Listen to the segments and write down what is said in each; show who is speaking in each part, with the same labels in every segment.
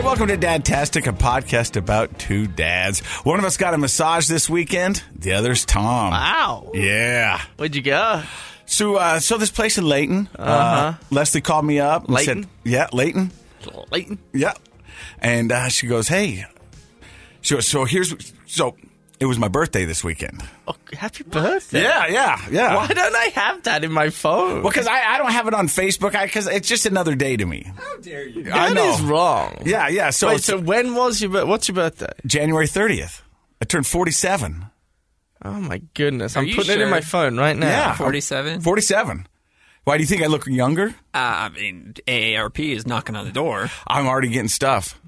Speaker 1: Welcome to Dadtastic, a podcast about two dads. One of us got a massage this weekend, the other's Tom.
Speaker 2: Wow.
Speaker 1: Yeah.
Speaker 2: Where'd you go?
Speaker 1: So, uh, so this place in Layton, uh, Leslie called me up. and
Speaker 2: Uh-huh. Layton?
Speaker 1: said- yeah, Layton.
Speaker 2: Layton.
Speaker 1: Yeah. And uh, she goes, hey. She goes, so here's, so it was my birthday this weekend.
Speaker 2: Oh, happy birthday.
Speaker 1: Yeah, yeah, yeah.
Speaker 2: Why don't I have that in my phone?
Speaker 1: Because I, I don't have it on Facebook because it's just another day to me.
Speaker 3: How dare you?
Speaker 1: I
Speaker 2: That
Speaker 1: know.
Speaker 2: is wrong.
Speaker 1: Yeah, yeah. So,
Speaker 2: Wait,
Speaker 1: it's
Speaker 2: so when was your bir- what's your birthday?
Speaker 1: January 30th. I turned 47.
Speaker 2: Oh my goodness.
Speaker 3: Are
Speaker 2: I'm
Speaker 3: you
Speaker 2: putting it in
Speaker 3: sure?
Speaker 2: my phone right now.
Speaker 1: Yeah.
Speaker 3: 47?
Speaker 1: 47. Why do you think I look younger?
Speaker 4: Uh,
Speaker 3: I mean, AARP is knocking on the door.
Speaker 1: I'm already getting stuff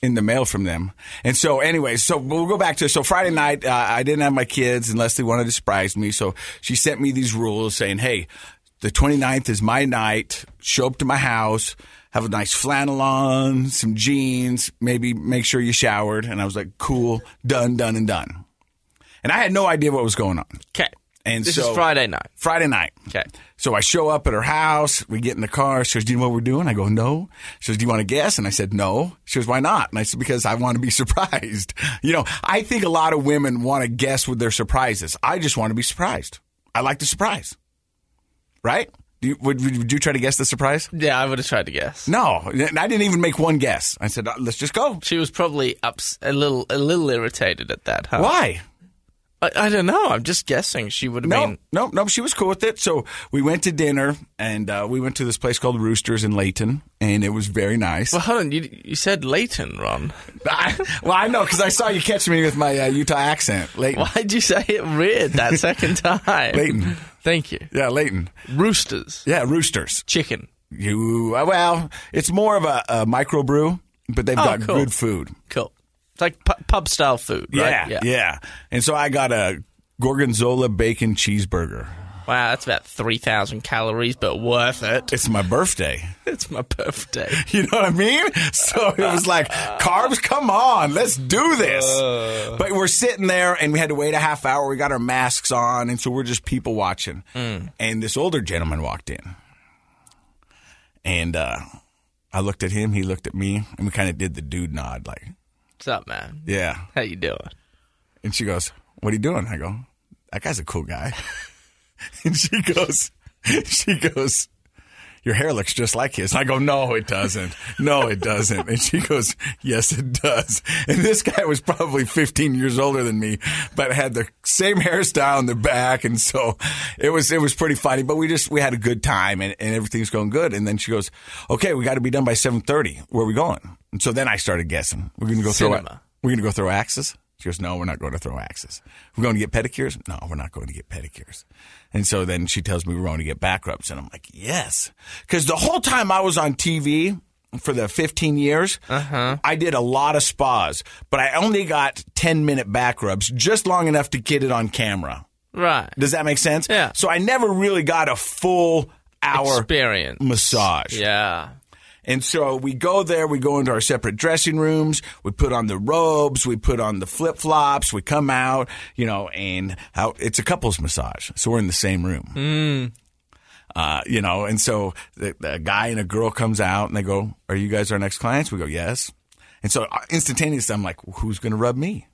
Speaker 1: in the mail from them. And so, anyway, so we'll go back to so Friday night. Uh, I didn't have my kids, and Leslie wanted to surprise me, so she sent me these rules saying, "Hey, the 29th is my night. Show up to my house." Have a nice flannel on, some jeans, maybe make sure you showered. And I was like, cool, done, done, and done. And I had no idea what was going on.
Speaker 2: Okay.
Speaker 1: And
Speaker 2: this
Speaker 1: so-
Speaker 2: is Friday night.
Speaker 1: Friday night.
Speaker 2: Okay.
Speaker 1: So I show up at her house. We get in the car. She goes, Do you know what we're doing? I go, No. She goes, Do you want to guess? And I said, No. She goes, Why not? And I said, Because I want to be surprised. You know, I think a lot of women want to guess with their surprises. I just want to be surprised. I like the surprise. Right? Do you, would, would you try to guess the surprise?
Speaker 2: Yeah, I would have tried to guess.
Speaker 1: No. And I didn't even make one guess. I said, "Uh, Let's just go.
Speaker 2: She was probably ups a little a little irritated at that, huh?
Speaker 1: Why?
Speaker 2: I, I don't know. I'm just guessing she would have
Speaker 1: No,
Speaker 2: been
Speaker 1: no, no. She was cool with it. So we went to dinner, and uh, we went to this place called Roosters in Layton, and it was very nice.
Speaker 2: Well, hold on. You, you said Leighton, Ron.
Speaker 1: I, well, I know because I saw you catch me with my uh, Utah accent, Leighton.
Speaker 2: Why'd you say it weird that second time?
Speaker 1: Leighton.
Speaker 2: Thank you.
Speaker 1: Yeah, Leighton.
Speaker 2: Roosters.
Speaker 1: Yeah, Roosters.
Speaker 2: Chicken.
Speaker 1: You uh, well, it's more of a, a microbrew, but they've got
Speaker 2: cool.
Speaker 1: good food.
Speaker 2: Cool. It's like pu- pub style food, right?
Speaker 1: yeah, And so I got a gorgonzola bacon cheeseburger.
Speaker 2: Wow, that's about 3,000 calories, but worth it.
Speaker 1: It's my birthday.
Speaker 2: It's my birthday.
Speaker 1: You know what I mean? So it was like, carbs, come on, let's do this. But we're sitting there and we had to wait a half hour. We got our masks on, and so we're just people watching. And this older gentleman walked in. And uh, I looked at him, he looked at me, and we kind of did the dude nod, like,
Speaker 2: What's up, man?
Speaker 1: yeah.
Speaker 2: How you doing?
Speaker 1: And she goes, What are you doing? I go, That guy's a cool guy. and she goes, She goes, Your hair looks just like his. And I go, No, it doesn't. No, it doesn't. And she goes, Yes, it does. And this guy was probably 15 years older than me, but had the same hairstyle in the back. And so it was, it was pretty funny, but we just, we had a good time and, and everything's going good. And then she goes, Okay, we got to be done by 730. Where are we going? And so then I started guessing. We're going to go throw it.
Speaker 2: Cinema.
Speaker 1: We're going to go throw axes? She goes, No, we're not going to throw axes. We're going to get pedicures? No, we're not going to get pedicures. And so then she tells me we're going to get back rubs. And I'm like, Yes. Because the whole time I was on TV for the 15 years, I did a lot of spas, but I only got 10 minute back rubs, just long enough to get it on camera.
Speaker 2: Right.
Speaker 1: Does that make sense?
Speaker 2: Yeah.
Speaker 1: So I never really got a full hour
Speaker 2: Experience.
Speaker 1: massage.
Speaker 2: Yeah.
Speaker 1: And so we go there, we go into our separate dressing rooms, we put on the robes, we put on the flip flops, we come out, you know, and how, it's a couple's massage. So we're in the same room. Uh, you know, and so the, the guy and a girl comes out and they go, Are you guys our next clients? We go, Yes. And so uh, instantaneously, I'm like, Who's going to rub me?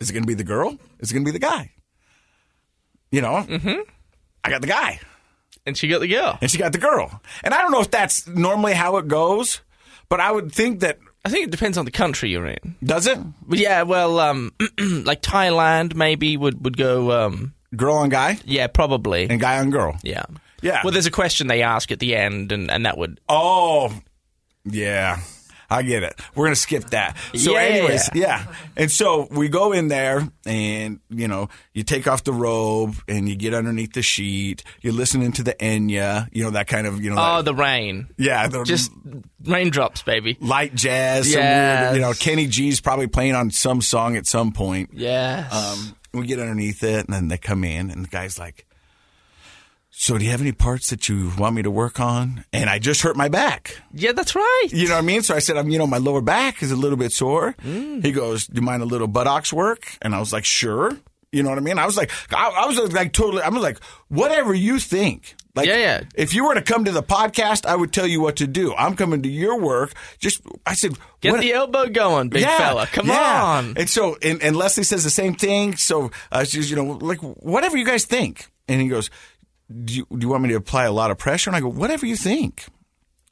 Speaker 1: Is it going to be the girl? Is it going to be the guy? You know, mm-hmm. I got the guy
Speaker 2: And she got the girl.
Speaker 1: and she got the girl. And I don't know if that's normally how it goes, but I would think that
Speaker 2: I think it depends on the country you're in.
Speaker 1: does it?
Speaker 2: But yeah, well, um, like Thailand maybe would, would go, um,
Speaker 1: Girl on guy
Speaker 2: yeah, probably.
Speaker 1: and guy on girl.
Speaker 2: Yeah.
Speaker 1: Yeah.
Speaker 2: Well, there's a question they ask at the end, and, and that would.
Speaker 1: Oh, yeah. I get it. We're gonna skip that. So,
Speaker 2: Yeah.
Speaker 1: anyways, yeah. And so we go in there, and you know, you take off the robe, and you get underneath the sheet. You're listening to the Enya, you know that kind of, you know,
Speaker 2: Oh,
Speaker 1: that,
Speaker 2: the rain.
Speaker 1: yeah, the
Speaker 2: Just raindrops, baby.
Speaker 1: light jazz. some
Speaker 2: Yes.
Speaker 1: weird, you know, Kenny G's probably playing on some song at some point.
Speaker 2: Yes.
Speaker 1: Um, we get underneath it, and then they come in, and the guy's like, "So, do you have any parts that you want me to work on?" And I just hurt my back.
Speaker 2: yeah, that's right.
Speaker 1: You know what I mean? So I said, "I'm, you know, my
Speaker 2: Mm.
Speaker 1: lower back is a little bit sore." He goes, "Do you mind a little buttocks work?" And I was like, "Sure." You know what I mean? I was like, I, I was like totally. I was like, whatever you think. Like,
Speaker 2: Yeah, yeah.
Speaker 1: If you were to come to the podcast, I would tell you what to do. I'm coming to your work. Just, I said,
Speaker 2: Get
Speaker 1: what-
Speaker 2: the elbow going, big fella. Come
Speaker 1: yeah.
Speaker 2: on.
Speaker 1: And so, and, and Leslie says the same thing. So uh, she's, you know, like whatever you guys think. And he goes, do you, do you want me to apply a lot of pressure? And I go, whatever you think.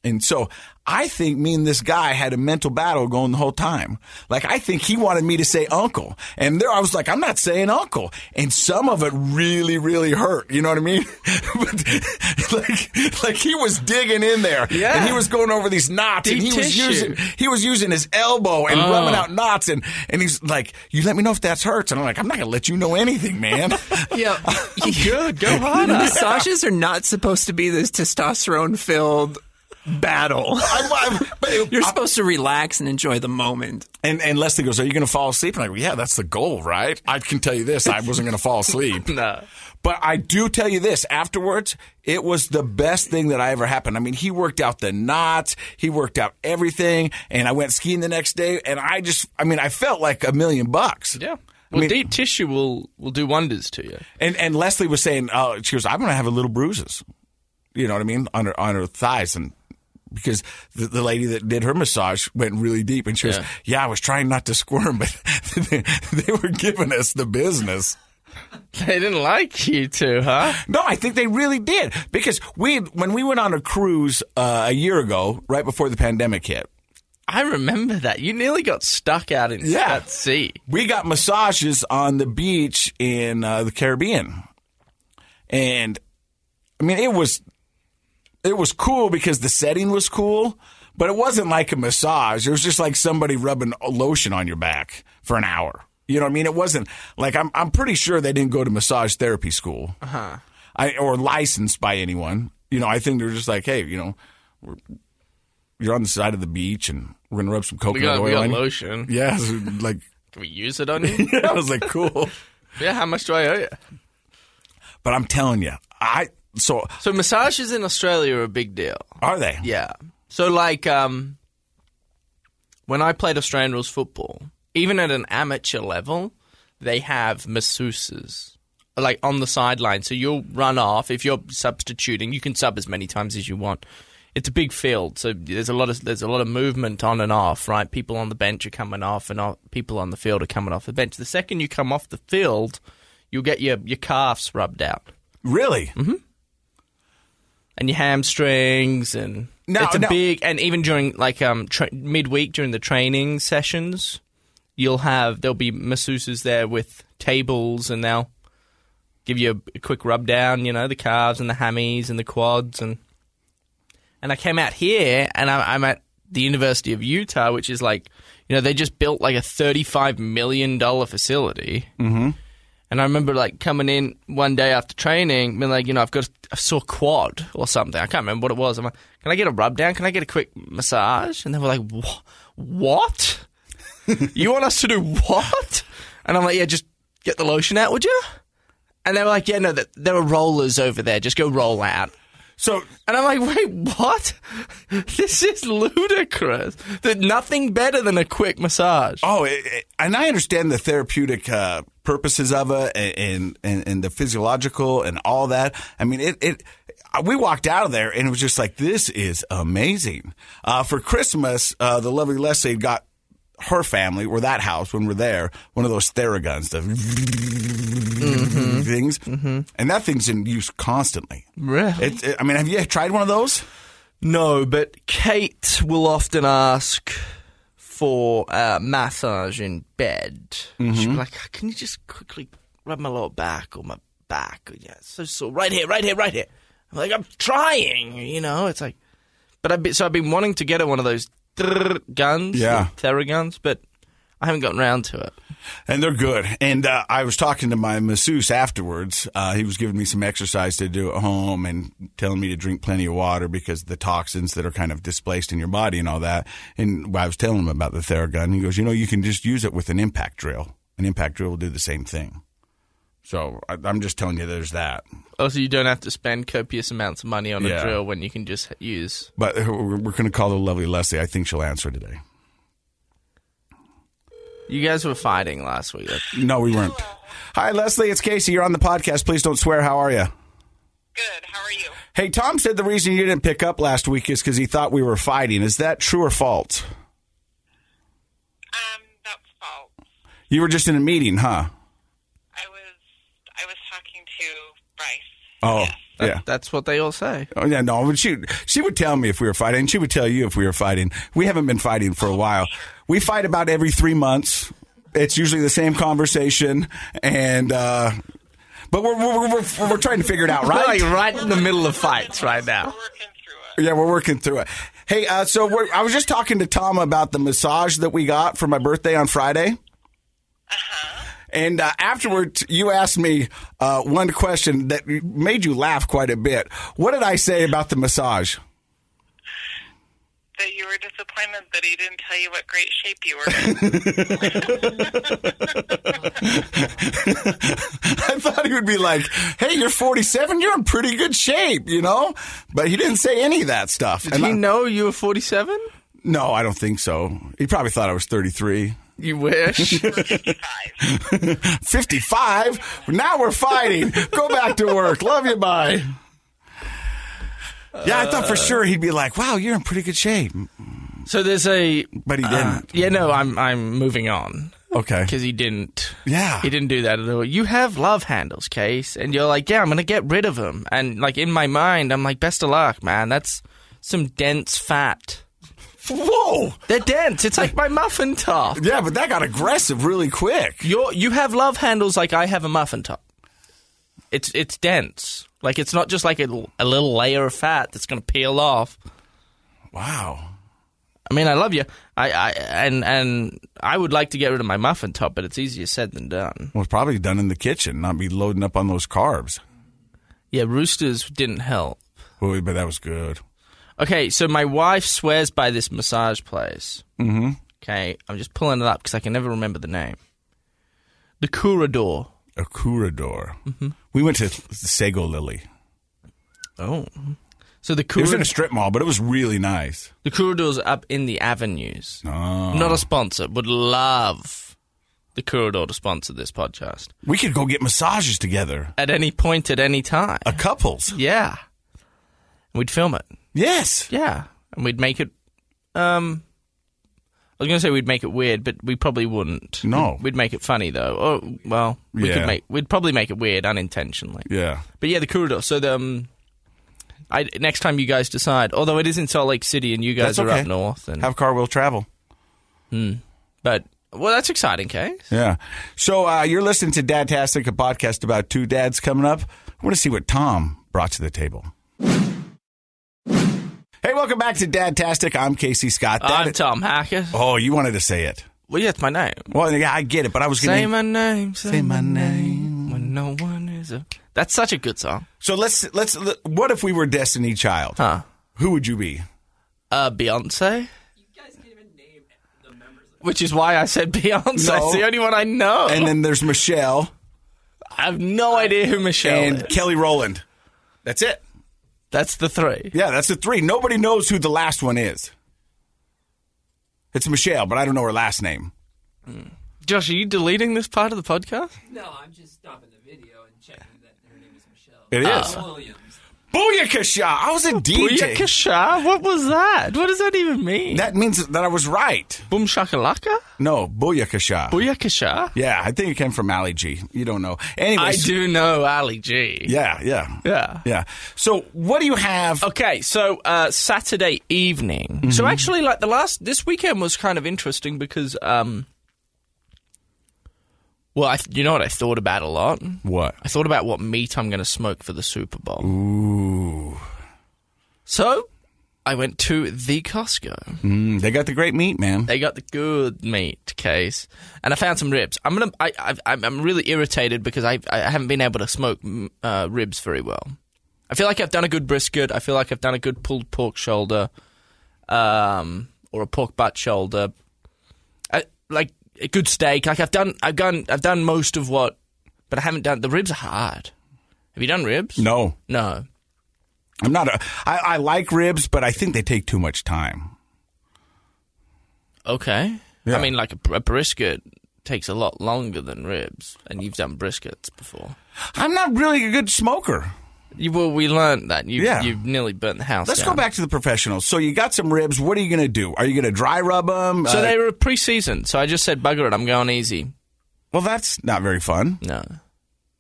Speaker 1: And so I think me and this guy had a mental battle going the whole time. Like I think he wanted me to say uncle. And there I was like, I'm not saying uncle. And some of it really, really hurt. You know what I mean? but like like he was digging in there.
Speaker 2: Yeah.
Speaker 1: And he was going over these knots and
Speaker 2: Deep
Speaker 1: he was
Speaker 2: tissue.
Speaker 1: using he was using his elbow and rubbing out knots and and he's like, "You let me know if that hurts." And I'm like, "I'm not gonna let you know anything, man."
Speaker 3: Yeah.
Speaker 2: Good, go harder.
Speaker 3: Massages are not supposed to be this testosterone filled battle.
Speaker 1: I'm, I'm, but it-
Speaker 3: You're supposed to relax and enjoy the moment.
Speaker 1: and and Leslie goes, "Are you gonna fall asleep?" And I go, "Yeah, that's the goal, right?" I can tell you this: I wasn't gonna fall asleep.
Speaker 2: No.
Speaker 1: But I do tell you this afterwards, it was the best thing that I ever happened. I mean, he worked out the knots, he worked out everything, and I went skiing the next day, and I just, I mean, I felt like a million bucks.
Speaker 2: Yeah.
Speaker 1: I
Speaker 2: Well,
Speaker 1: mean-
Speaker 2: deep tissue will, will do wonders to you.
Speaker 1: And and Leslie was saying, uh, she goes, I'm going to have a little bruises. You know what I mean on her on her thighs and. Because the, the lady that did her massage went really deep, and she was,
Speaker 2: Yeah.
Speaker 1: "Yeah, I was trying not to squirm, but they, they were giving us the business."
Speaker 2: They didn't like you two, huh?
Speaker 1: No, I think they really did because we when we went on a cruise uh, a year ago, right before the pandemic hit,
Speaker 2: I remember that. You nearly got stuck out in
Speaker 1: Yeah.
Speaker 2: at sea.
Speaker 1: we got massages on the beach in uh, the Caribbean, and I mean it was it was cool because the setting was cool, but it wasn't like a massage. It was just like somebody rubbing lotion on your back for an hour. You know what I mean? It wasn't like I'm I'm pretty sure they didn't go to massage therapy school, uh-huh. I, or licensed by anyone. You know, I think they were just like, hey, you know, we're, you're on the side of the beach and we're gonna rub some
Speaker 2: We
Speaker 1: coconut
Speaker 2: got,
Speaker 1: oil
Speaker 2: we got
Speaker 1: on you.
Speaker 2: lotion.
Speaker 1: Yeah, so, like
Speaker 2: Can we use it on you?
Speaker 1: I was like, cool.
Speaker 2: yeah, how much do I owe you?
Speaker 1: But I'm telling you, I so
Speaker 2: So massages in Australia are a big deal.
Speaker 1: are they?
Speaker 2: Yeah. So like um when I played Australian rules football, even at an amateur level, they have masseuses like on the sideline. So you'll run off if you're substituting, you can sub as many times as you want. It's a big field, so there's a lot of there's a lot of movement on and off, right? People on the bench are coming off and off, people on the field are coming off the bench. The second you come off the field, you'll get your your calves rubbed out
Speaker 1: Really?
Speaker 2: Mm-hmm. and your hamstrings and
Speaker 1: No,
Speaker 2: it's a
Speaker 1: no.
Speaker 2: big and even during like um tra- midweek during the training sessions you'll have there'll be masseuses there with tables and they'll give you a, a quick rub down you know the calves and the hammies and the quads and and I came out here and I, I'm at the University of Utah which is like you know they just built like a 35 million dollar facility and I remember like coming in one day after training, being like, you know, I've got a sore quad or something. I can't remember what it was. I'm like, can I get a rub down? Can I get a quick massage? And they were like, "Wha- what? you want us to do what? And I'm like, yeah, just get the lotion out, would you? And they were like, yeah, no, th- there are rollers over there. Just go roll out.
Speaker 1: So
Speaker 2: And I'm like, wait, what? this is ludicrous. That nothing better than a quick massage.
Speaker 1: oh, it, it- and I understand the therapeutic uh, purposes of it, and, and and the physiological and all that. I mean, it it. We walked out of there and it was just like this is amazing. Uh, for Christmas, uh, the lovely Leslie got her family or that house when we're there one of those Theraguns, the
Speaker 2: Mm-hmm.
Speaker 1: things, and that thing's in use constantly.
Speaker 2: Really?
Speaker 1: It, it- I mean, have you tried one of those?
Speaker 2: No, but Kate will often ask for a massage in bed. She'll
Speaker 1: Mm-hmm.
Speaker 2: be like, "Ah, "Can you just quickly rub my lower back or my back? Oh, Yeah, it's so sore. Right here, right here, right here." I'm like, "I'm trying," you know. It's like, but I've been, so I've been wanting to get her one of those guns,
Speaker 1: Yeah.
Speaker 2: the Theraguns, but I haven't gotten round to it.
Speaker 1: And they're good. And uh, I was talking to my masseuse afterwards. Uh, he was giving me some exercise to do at home and telling me to drink plenty of water because the toxins that are kind of displaced in your body and all that. And I was telling him about the Theragun. He goes, you know, you can just use it with an impact drill. An impact drill will do the same thing. So I, I'm just telling you, there's that.
Speaker 2: Also, you don't have to spend copious amounts of money on
Speaker 1: Yeah.
Speaker 2: a drill when you can just use.
Speaker 1: But we're going to call the lovely Leslie. I think she'll answer today.
Speaker 2: You guys were fighting last week.
Speaker 1: No, we weren't. Hi, Leslie. It's Casey. You're on the podcast. Please don't swear. How are you?
Speaker 5: Good. How are you?
Speaker 1: Hey, Tom said the reason you didn't pick up last week is because he thought we were fighting. Is that true or false?
Speaker 5: Um, that's false.
Speaker 1: You were just in a meeting, huh?
Speaker 5: I was I was talking to Bryce.
Speaker 1: Oh,
Speaker 2: That-
Speaker 1: yeah.
Speaker 2: That's what they all say.
Speaker 1: Oh, yeah, no, but she she would tell me if we were fighting. and She would tell you if we were fighting. We haven't been fighting for a while. We fight about every three months. It's usually the same conversation, and uh, but we're we're, we're we're we're trying to figure it out, right?
Speaker 2: Like right in the middle of fights right now.
Speaker 5: We're working through it.
Speaker 1: Yeah, we're working through it. Hey, uh, so we're, I was just talking to Tom about the massage that we got for my birthday on Friday.
Speaker 2: Uh-huh.
Speaker 1: And uh, afterward, you asked me uh, one question that made you laugh quite a bit. What did I say about the massage?
Speaker 5: That you were disappointed that he didn't tell you what great shape you were in.
Speaker 1: I thought he would be like, "Hey, you're 47. You're in pretty good shape, you know." But he didn't say any of that stuff.
Speaker 2: Did
Speaker 1: And
Speaker 2: he
Speaker 1: I-
Speaker 2: know you were 47?
Speaker 1: no, I don't think so. He probably thought I was 33.
Speaker 2: You wish.
Speaker 5: Five.
Speaker 1: 55. Now we're fighting. Go back to work. Love you. Bye. Yeah, I thought for sure he'd be like, "Wow, you're in pretty good shape,"
Speaker 2: so there's a.
Speaker 1: but he
Speaker 2: Uh,
Speaker 1: didn't.
Speaker 2: yeah, no, I'm I'm moving on
Speaker 1: okay.
Speaker 2: because he didn't.
Speaker 1: Yeah.
Speaker 2: He didn't do that at all. You have love handles, Case, and you're like, yeah, I'm gonna get rid of them. And like in my mind, I'm like, best of luck, man. That's some dense fat.
Speaker 1: Whoa.
Speaker 2: They're dense. It's like my muffin top.
Speaker 1: Yeah, but that got aggressive really quick.
Speaker 2: You you have love handles like I have a muffin top. It's it's dense. Like it's not just like a, l- a little layer of fat that's gonna peel off.
Speaker 1: Wow.
Speaker 2: I mean, I love you. I, I and and I would like to get rid of my muffin top, but it's easier said than done.
Speaker 1: Well, it's probably done in the kitchen, not be loading up on those carbs.
Speaker 2: Yeah, roosters didn't help.
Speaker 1: Ooh, but that was good.
Speaker 2: Okay, so my wife swears by this massage place. Mm-hmm. Okay, I'm just pulling it up because I can never remember the name. The Curador.
Speaker 1: a corridor. We went to Sago Lily.
Speaker 2: Oh, so the
Speaker 1: It was in
Speaker 2: Curador.
Speaker 1: a strip mall, but it was really nice.
Speaker 2: the Curador's up in the avenues.
Speaker 1: Oh.
Speaker 2: Not a sponsor. Would love the Curador to sponsor this podcast
Speaker 1: We could go get massages together,
Speaker 2: at any point, at any time.
Speaker 1: a couples.
Speaker 2: Yeah, we'd film it.
Speaker 1: Yes,
Speaker 2: Yeah, and we'd make it. Um, I was gonna say we'd make it weird, but we probably wouldn't.
Speaker 1: No.
Speaker 2: we'd, we'd make it funny though. Oh well, we
Speaker 1: Yeah.
Speaker 2: could make. We'd probably make it weird unintentionally.
Speaker 1: yeah.
Speaker 2: But yeah, the corridor. So the um, I, next time you guys decide. Although it is in Salt Lake City, and you guys
Speaker 1: That's
Speaker 2: are
Speaker 1: okay.
Speaker 2: up north, and
Speaker 1: car will travel.
Speaker 2: but well, that's exciting, case.
Speaker 1: Yeah. So uh, you're listening to Dadtastic, a podcast about two dads coming up. I want to see what Tom brought to the table. Hey, welcome back to Dadtastic. I'm Casey Scott.
Speaker 2: I'm
Speaker 1: Dad-
Speaker 2: Tom Hacker.
Speaker 1: oh, you wanted to say it.
Speaker 2: Well, yeah, it's my name.
Speaker 1: Well, yeah, I get it, but I was going
Speaker 2: Say
Speaker 1: to
Speaker 2: my name. Say,
Speaker 1: Say my
Speaker 2: my name. When no one is a. That's such a good song.
Speaker 1: So let's let's. What if we were Destiny Child?
Speaker 2: Huh.
Speaker 1: Who would you be?
Speaker 2: Uh, Beyonce. Which is why I said Beyonce.
Speaker 1: No.
Speaker 2: It's the only one I know.
Speaker 1: And then there's Michelle
Speaker 2: I have no idea who Michelle
Speaker 1: and
Speaker 2: is.
Speaker 1: Kelly Rowland. That's it.
Speaker 2: That's the three.
Speaker 1: Yeah, that's the three. Nobody knows who the last one is. It's Michelle, but I don't know her last name.
Speaker 2: Josh, are you deleting this part of the podcast?
Speaker 4: No, I'm just stopping the video and checking that her name is Michelle.
Speaker 1: It is.
Speaker 4: Williams.
Speaker 1: Uh, Booyakasha! I was a DJ.
Speaker 2: Oh, Booyakasha? What was that? What does that even mean?
Speaker 1: That means that I was right.
Speaker 2: Boom shakalaka?
Speaker 1: No, Booyakasha.
Speaker 2: Booyakasha?
Speaker 1: yeah, I think it came from Ali G. You don't know. Anyway,
Speaker 2: I do know Ali G.
Speaker 1: Yeah, yeah,
Speaker 2: Yeah.
Speaker 1: yeah. So what do you have?
Speaker 2: Okay, so uh, Saturday evening. So actually, like the last this weekend was kind of interesting because, um, well, I, you know what I thought about a lot.
Speaker 1: What?
Speaker 2: I thought about what meat I'm going to smoke for the Super Bowl. Ooh. So I went to the Costco.
Speaker 1: Mm, they got the great meat, man.
Speaker 2: They got the good meat case, and I found some ribs. I'm gonna. I, I, I'm I'm really irritated because I I haven't been able to smoke mm, uh, ribs very well. I feel like I've done a good brisket. I feel like I've done a good pulled pork shoulder, um, or a pork butt shoulder. I, like a good steak. Like I've done. I've done. I've done most of what, but I haven't done. The ribs are hard. Have you done ribs?
Speaker 1: No,
Speaker 2: No.
Speaker 1: I'm not a. I, I like ribs, but I think they take too much time.
Speaker 2: Okay.
Speaker 1: Yeah.
Speaker 2: I mean, like a, br- a brisket takes a lot longer than ribs, and you've done briskets before.
Speaker 1: I'm not really a good smoker.
Speaker 2: You, well, we learned that. You,
Speaker 1: Yeah.
Speaker 2: You've nearly burnt the house
Speaker 1: Let's
Speaker 2: down.
Speaker 1: go back to the professionals. So you got some ribs. What are you going to do? Are you going to dry rub Uh, them?
Speaker 2: So they were pre-season, so I just said, bugger it, I'm going easy.
Speaker 1: well, that's not very fun.
Speaker 2: No.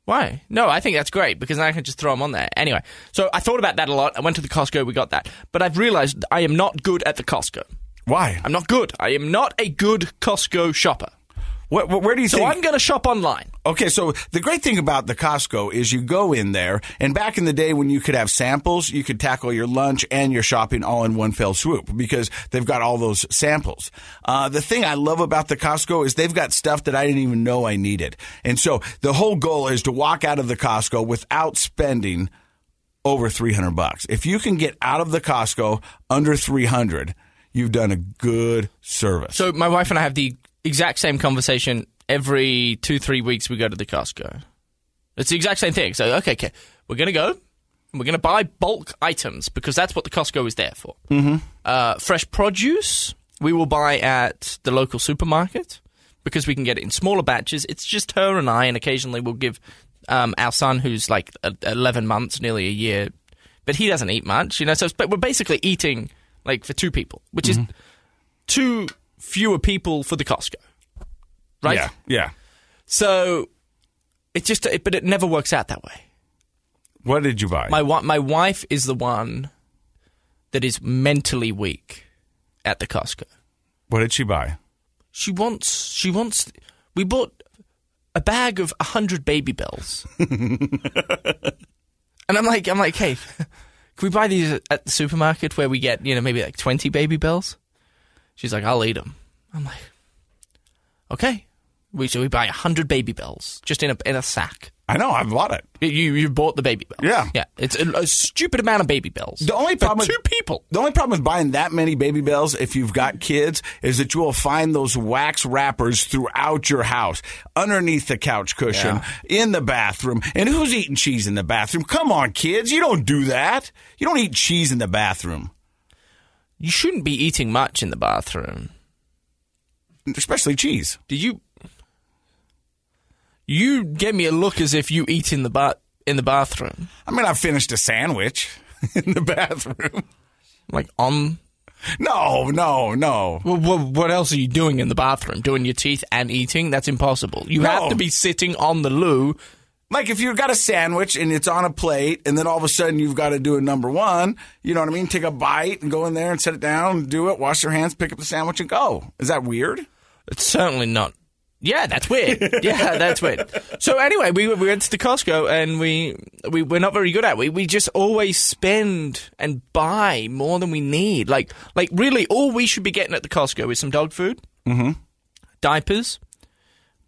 Speaker 2: Why? No, I think that's great because I can just throw them on there. Anyway, so I thought about that a lot. I went to the Costco, we got that. But I've realized I am not good at the Costco.
Speaker 1: Why?
Speaker 2: I'm not good. I am not a good Costco shopper.
Speaker 1: What, where do you
Speaker 2: So
Speaker 1: think?
Speaker 2: I'm going to shop online.
Speaker 1: Okay, so the great thing about the Costco is you go in there, and back in the day when you could have samples, you could tackle your lunch and your shopping all in one fell swoop because they've got all those samples. Uh, the thing I love about the Costco is they've got stuff that I didn't even know I needed. And so the whole goal is to walk out of the Costco without spending over 300 bucks. If you can get out of the Costco under 300, you've done a good service.
Speaker 2: So my wife and I have the exact same conversation every two, three weeks. We go to the Costco. It's the exact same thing. So okay, okay, we're gonna go. and We're gonna buy bulk items because that's what the Costco is there for. Mm-hmm. Uh, fresh produce we will buy at the local supermarket because we can get it in smaller batches. It's just her and I, and occasionally we'll give um, our son, who's like a- eleven months, nearly a year, but he doesn't eat much, you know. So it's, but we're basically eating like for two people, which is two fewer people for the Costco, right?
Speaker 1: yeah, yeah.
Speaker 2: So it just, it, but it never works out that way.
Speaker 1: What did you buy?
Speaker 2: My wi- my wife is the one that is mentally weak at the Costco.
Speaker 1: what did she buy?
Speaker 2: She wants, she wants. We bought a bag of hundred baby bells, and I'm like, I'm like, hey, can we buy these at the supermarket where we get you know maybe like twenty baby bells? She's like, I'll eat them. I'm like, okay. We so we buy hundred baby bells just in a in a sack.
Speaker 1: I know, I bought it.
Speaker 2: You you bought the baby bells.
Speaker 1: Yeah.
Speaker 2: yeah. It's a, a stupid amount of baby bells.
Speaker 1: The only
Speaker 2: for
Speaker 1: problem-
Speaker 2: two people.
Speaker 1: The only problem with buying that many baby bells, if you've got kids, is that you will find those wax wrappers throughout your house, underneath the couch cushion, in the bathroom. And who's eating cheese in the bathroom? Come on, kids, you don't do that. You don't eat cheese in the bathroom,
Speaker 2: You shouldn't be eating much in the bathroom.
Speaker 1: especially cheese.
Speaker 2: Did you? You gave me a look as if you eat in the ba- in the bathroom,
Speaker 1: I mean, I finished a sandwich in the bathroom.
Speaker 2: like on.
Speaker 1: No, no, no.
Speaker 2: Well, what, what else are you doing in the bathroom? Doing your teeth and eating? That's impossible. You have
Speaker 1: No.
Speaker 2: to be sitting on the loo.
Speaker 1: Like if you've got a sandwich and it's on a plate, and then all of a sudden you've got to do a number one. You know what I mean? Take a bite and go in there and set it down, do it, wash your hands, pick up the sandwich, and go. Is that weird?
Speaker 2: It's certainly not. Yeah, that's weird. Yeah, that's weird. So anyway, we we went to the Costco and we we we're not very good at. It. We we just always spend and buy more than we need. Like like really, all we should be getting at the Costco is some dog food, mm-hmm. diapers,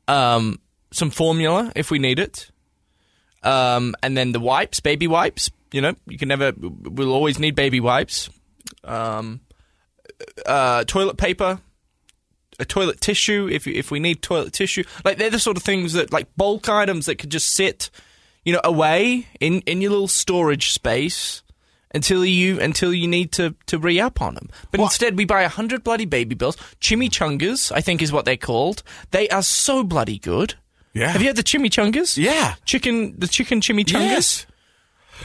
Speaker 2: um, some formula if we need it, um, and then the wipes, baby wipes. You know, you can never. We'll always need baby wipes. Um, uh, toilet paper a toilet tissue if if we need toilet tissue. Like they're the sort of things that like bulk items that could just sit, you know, away in in your little storage space until you until you need to to re up on them. But instead, we buy a hundred bloody baby bills, chimichangas, I think is what they're called. They are so bloody good.
Speaker 1: Yeah.
Speaker 2: Have you had the chimichangas?
Speaker 1: Yeah.
Speaker 2: Chicken, the chicken chimichangas.
Speaker 1: Yes.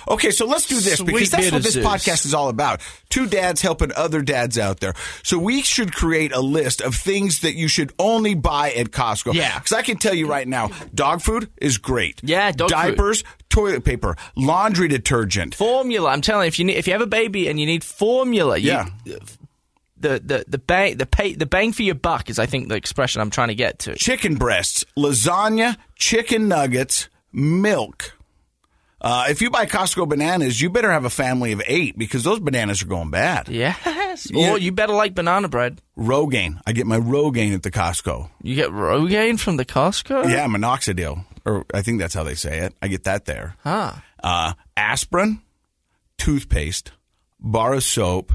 Speaker 1: Okay, so let's do this because
Speaker 2: Sweet
Speaker 1: that's what this
Speaker 2: bit of Zeus.
Speaker 1: podcast is all about. Two dads helping other dads out there. So we should create a list of things that you should only buy at Costco.
Speaker 2: Yeah.
Speaker 1: Because I can tell you right now, dog food is great.
Speaker 2: Yeah, dog food.
Speaker 1: Diapers, toilet paper, laundry detergent.
Speaker 2: Formula. I'm telling you, if you need, if you have a baby and you need formula, you-
Speaker 1: Yeah.
Speaker 2: the the the bang the pay the bang for your buck is I think the expression I'm trying to get to.
Speaker 1: chicken breasts, lasagna, chicken nuggets, milk. Uh, if you buy Costco bananas, you better have a family of eight because those bananas are going bad.
Speaker 2: Yes.
Speaker 1: Yeah.
Speaker 2: Or you better like banana bread.
Speaker 1: Rogaine. I get my Rogaine at the Costco.
Speaker 2: You get Rogaine from the Costco.
Speaker 1: Yeah, minoxidil. Or I think that's how they say it. I get that there.
Speaker 2: Huh.
Speaker 1: Uh, aspirin, toothpaste, bar of soap,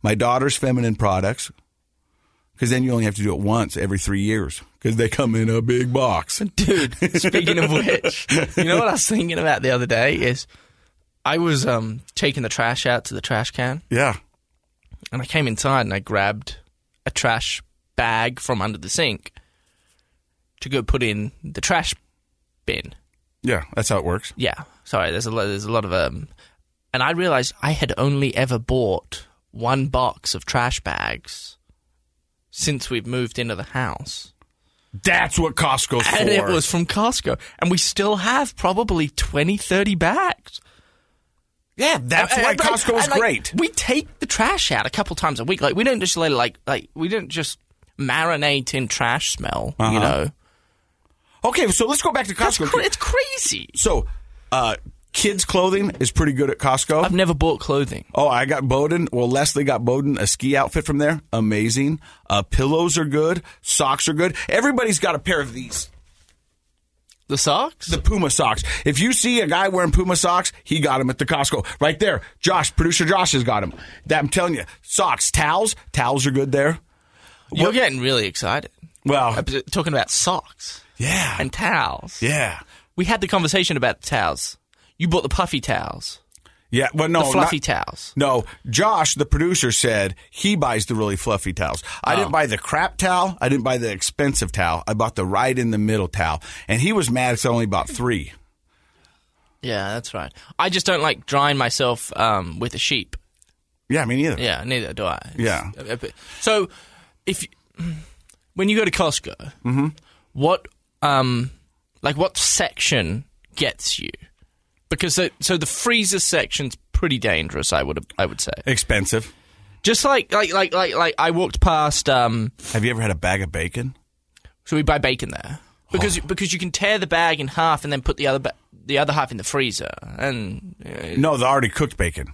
Speaker 1: my daughter's feminine products. Because then you only have to do it once every three years because they come in a big box.
Speaker 2: Dude, speaking of which, you know what I was thinking about the other day is I was um, taking the trash out to the trash can
Speaker 1: Yeah.
Speaker 2: and I came inside and I grabbed a trash bag from under the sink. to go put in the trash bin.
Speaker 1: Yeah, that's how it works.
Speaker 2: Yeah, sorry. There's a lot, there's a lot of um, and I realized I had only ever bought one box of trash bags since we've moved into the house,
Speaker 1: That's what Costco's
Speaker 2: and
Speaker 1: for.
Speaker 2: it was from Costco, and we still have probably 20, 30 bags.
Speaker 1: yeah, that's
Speaker 2: And-
Speaker 1: why
Speaker 2: and- and-
Speaker 1: Costco is
Speaker 2: and, like,
Speaker 1: great.
Speaker 2: We take the trash out a couple times a week. Like we don't just let it like like we don't just marinate in trash smell. You know,
Speaker 1: Okay, so let's go back to
Speaker 2: that's
Speaker 1: Uh-huh. Costco.
Speaker 2: cra- it's crazy.
Speaker 1: so, uh, kids' clothing is pretty good at Costco.
Speaker 2: I've never bought clothing.
Speaker 1: Oh, I got Bowden. Well, Leslie got Bowden a ski outfit from there. Amazing. Uh, pillows are good. Socks are good. Everybody's got a pair of these.
Speaker 2: The socks.
Speaker 1: The Puma socks. If you see a guy wearing Puma socks, he got them at the Costco right there. Josh, producer Josh has got them. That I'm telling you, socks, towels, towels are good there.
Speaker 2: You're getting really excited.
Speaker 1: Well,
Speaker 2: I'm just Talking about socks
Speaker 1: yeah,
Speaker 2: and towels.
Speaker 1: yeah,
Speaker 2: We had the conversation about the towels. You bought the puffy towels,
Speaker 1: yeah. Well, no,
Speaker 2: the fluffy
Speaker 1: Oh, not-
Speaker 2: towels.
Speaker 1: No, Josh, the producer, said he buys the really fluffy towels. I didn't buy the crap towel. I didn't buy the expensive towel. I bought the right in the middle towel. And he was mad because I only bought three.
Speaker 2: Yeah, that's right. I just don't like drying myself um, with a sheep.
Speaker 1: Yeah, me neither.
Speaker 2: Yeah, neither do I. It's-
Speaker 1: Yeah.
Speaker 2: uh, but- So, if you- when you go to Costco,
Speaker 1: Mm-hmm.
Speaker 2: what um, like what section gets you? Because so, so the freezer section's pretty dangerous. I would I would say.
Speaker 1: Expensive.
Speaker 2: Just like like like like like I walked past. Um,
Speaker 1: Have you ever had a bag of bacon?
Speaker 2: so we buy bacon there because because you can tear the bag in half and then put the other ba- the other half in the freezer. And uh,
Speaker 1: No, the already cooked bacon.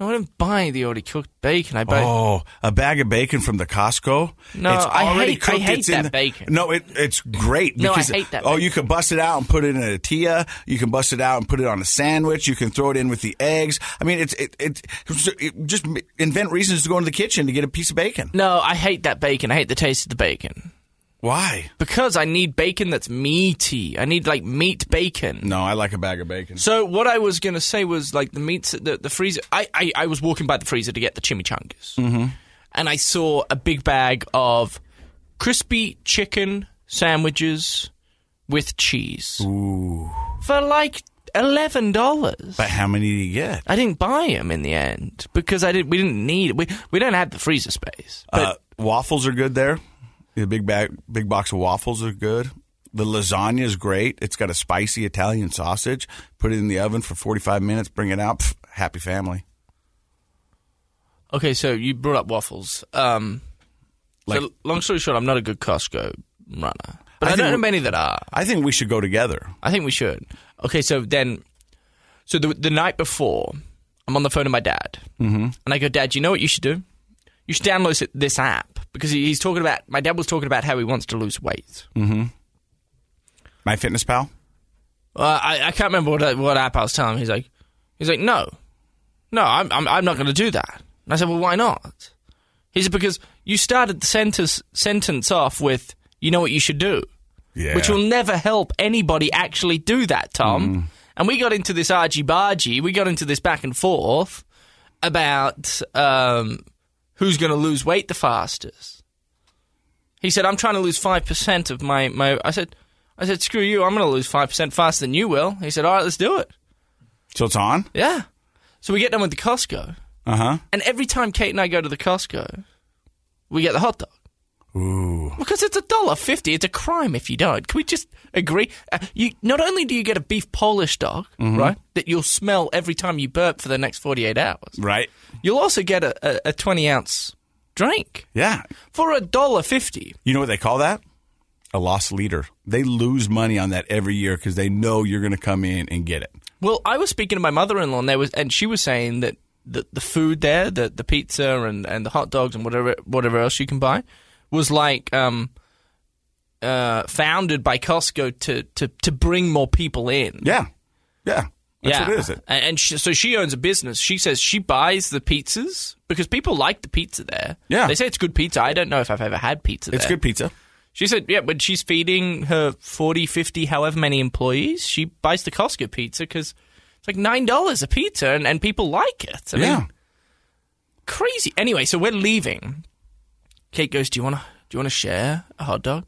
Speaker 2: no, I don't buy the already cooked bacon. I buy
Speaker 1: Oh, a bag of bacon from the Costco.
Speaker 2: No,
Speaker 1: it's
Speaker 2: I
Speaker 1: already
Speaker 2: hate- I
Speaker 1: cooked.
Speaker 2: hate
Speaker 1: it's in
Speaker 2: that
Speaker 1: the-
Speaker 2: bacon.
Speaker 1: No, it, it's great.
Speaker 2: No, I
Speaker 1: because-
Speaker 2: hate that
Speaker 1: Oh,
Speaker 2: bacon.
Speaker 1: you can bust it out and put it in a tia. You can bust it out and put it on a sandwich. You can throw it in with the eggs. I mean, it's it, it, it just invent reasons to go into the kitchen to get a piece of bacon.
Speaker 2: no, I hate that bacon. I hate the taste of the bacon.
Speaker 1: Why?
Speaker 2: Because I need bacon that's meaty. I need like meat bacon.
Speaker 1: No, I like a bag of bacon.
Speaker 2: So what I was gonna say was like the meats, the, the freezer. I, I I was walking by the freezer to get the chimichangas, mm-hmm. and I saw a big bag of crispy chicken sandwiches with cheese for like eleven dollars.
Speaker 1: But how many do you get?
Speaker 2: I didn't buy them in the end because I didn't. We didn't need. We we don't have the freezer space. But
Speaker 1: uh, waffles are good there. The big bag, big box of waffles are good. The lasagna is great. It's got a spicy Italian sausage. Put it in the oven for 45 minutes. Bring it out. Pff, happy family.
Speaker 2: Okay, so you brought up waffles. Um, so
Speaker 1: Like-
Speaker 2: long story short, I'm not a good Costco runner,
Speaker 1: I
Speaker 2: but I,
Speaker 1: think
Speaker 2: don't know
Speaker 1: we-
Speaker 2: many that are.
Speaker 1: I think we should go together.
Speaker 2: I think we should. Okay, so then, so the the night before, I'm on the phone to my dad, mm-hmm. and I go, Dad, you know what you should do? You should download s- this app because he- he's talking about. My dad was talking about how he wants to lose weight.
Speaker 1: My Fitness Pal.
Speaker 2: Uh, I, I can't remember what what app I was telling him. He's like, he's like, no, no, I'm I'm, I'm not going to do that. And I said, well, why not? He said because you started the sentence sentence off with you know what you should do,
Speaker 1: Yeah.
Speaker 2: which will never help anybody actually do that, Tom. And we got into this argy bargy. We got into this back and forth about um, who's going to lose weight the fastest. He said, "I'm trying to lose five percent of my, my." I said, "I said, screw you! I'm going to lose five percent faster than you will." He said, "All right, let's do it."
Speaker 1: so it's on.
Speaker 2: Yeah. So we get done with the Costco,
Speaker 1: Uh huh.
Speaker 2: and every time Kate and I go to the Costco, we get the hot dog
Speaker 1: Ooh.
Speaker 2: because it's a dollar fifty. It's a crime if you don't. Can we just agree? Uh, you not only do you get a beef Polish dog, right, that you'll smell every time you burp for the next forty-eight hours,
Speaker 1: Right.
Speaker 2: you'll also get a, a, a twenty-ounce drink
Speaker 1: Yeah.
Speaker 2: for a dollar fifty.
Speaker 1: You know what they call that? A lost leader. They lose money on that every year because they know you're going to come in and get it.
Speaker 2: Well, I was speaking to my mother-in-law, and there was, and she was saying that the, the food there, the the pizza and, and the hot dogs and whatever whatever else you can buy, was like um, uh, founded by Costco to, to to bring more people in.
Speaker 1: Yeah. Yeah. That's
Speaker 2: yeah,
Speaker 1: what it is. It.
Speaker 2: and, and she, so she owns a business. She says she buys the pizzas because people like the pizza there.
Speaker 1: Yeah.
Speaker 2: they say it's good pizza. I don't know if I've ever had pizza.
Speaker 1: It's
Speaker 2: there.
Speaker 1: good pizza.
Speaker 2: She said, yeah, when she's feeding her 40, 50, however many employees, she buys the Costco pizza because it's like $9 a pizza and, and people like it. I mean,
Speaker 1: yeah.
Speaker 2: crazy. Anyway, so we're leaving. Kate goes, do you want to do you want to share a hot dog?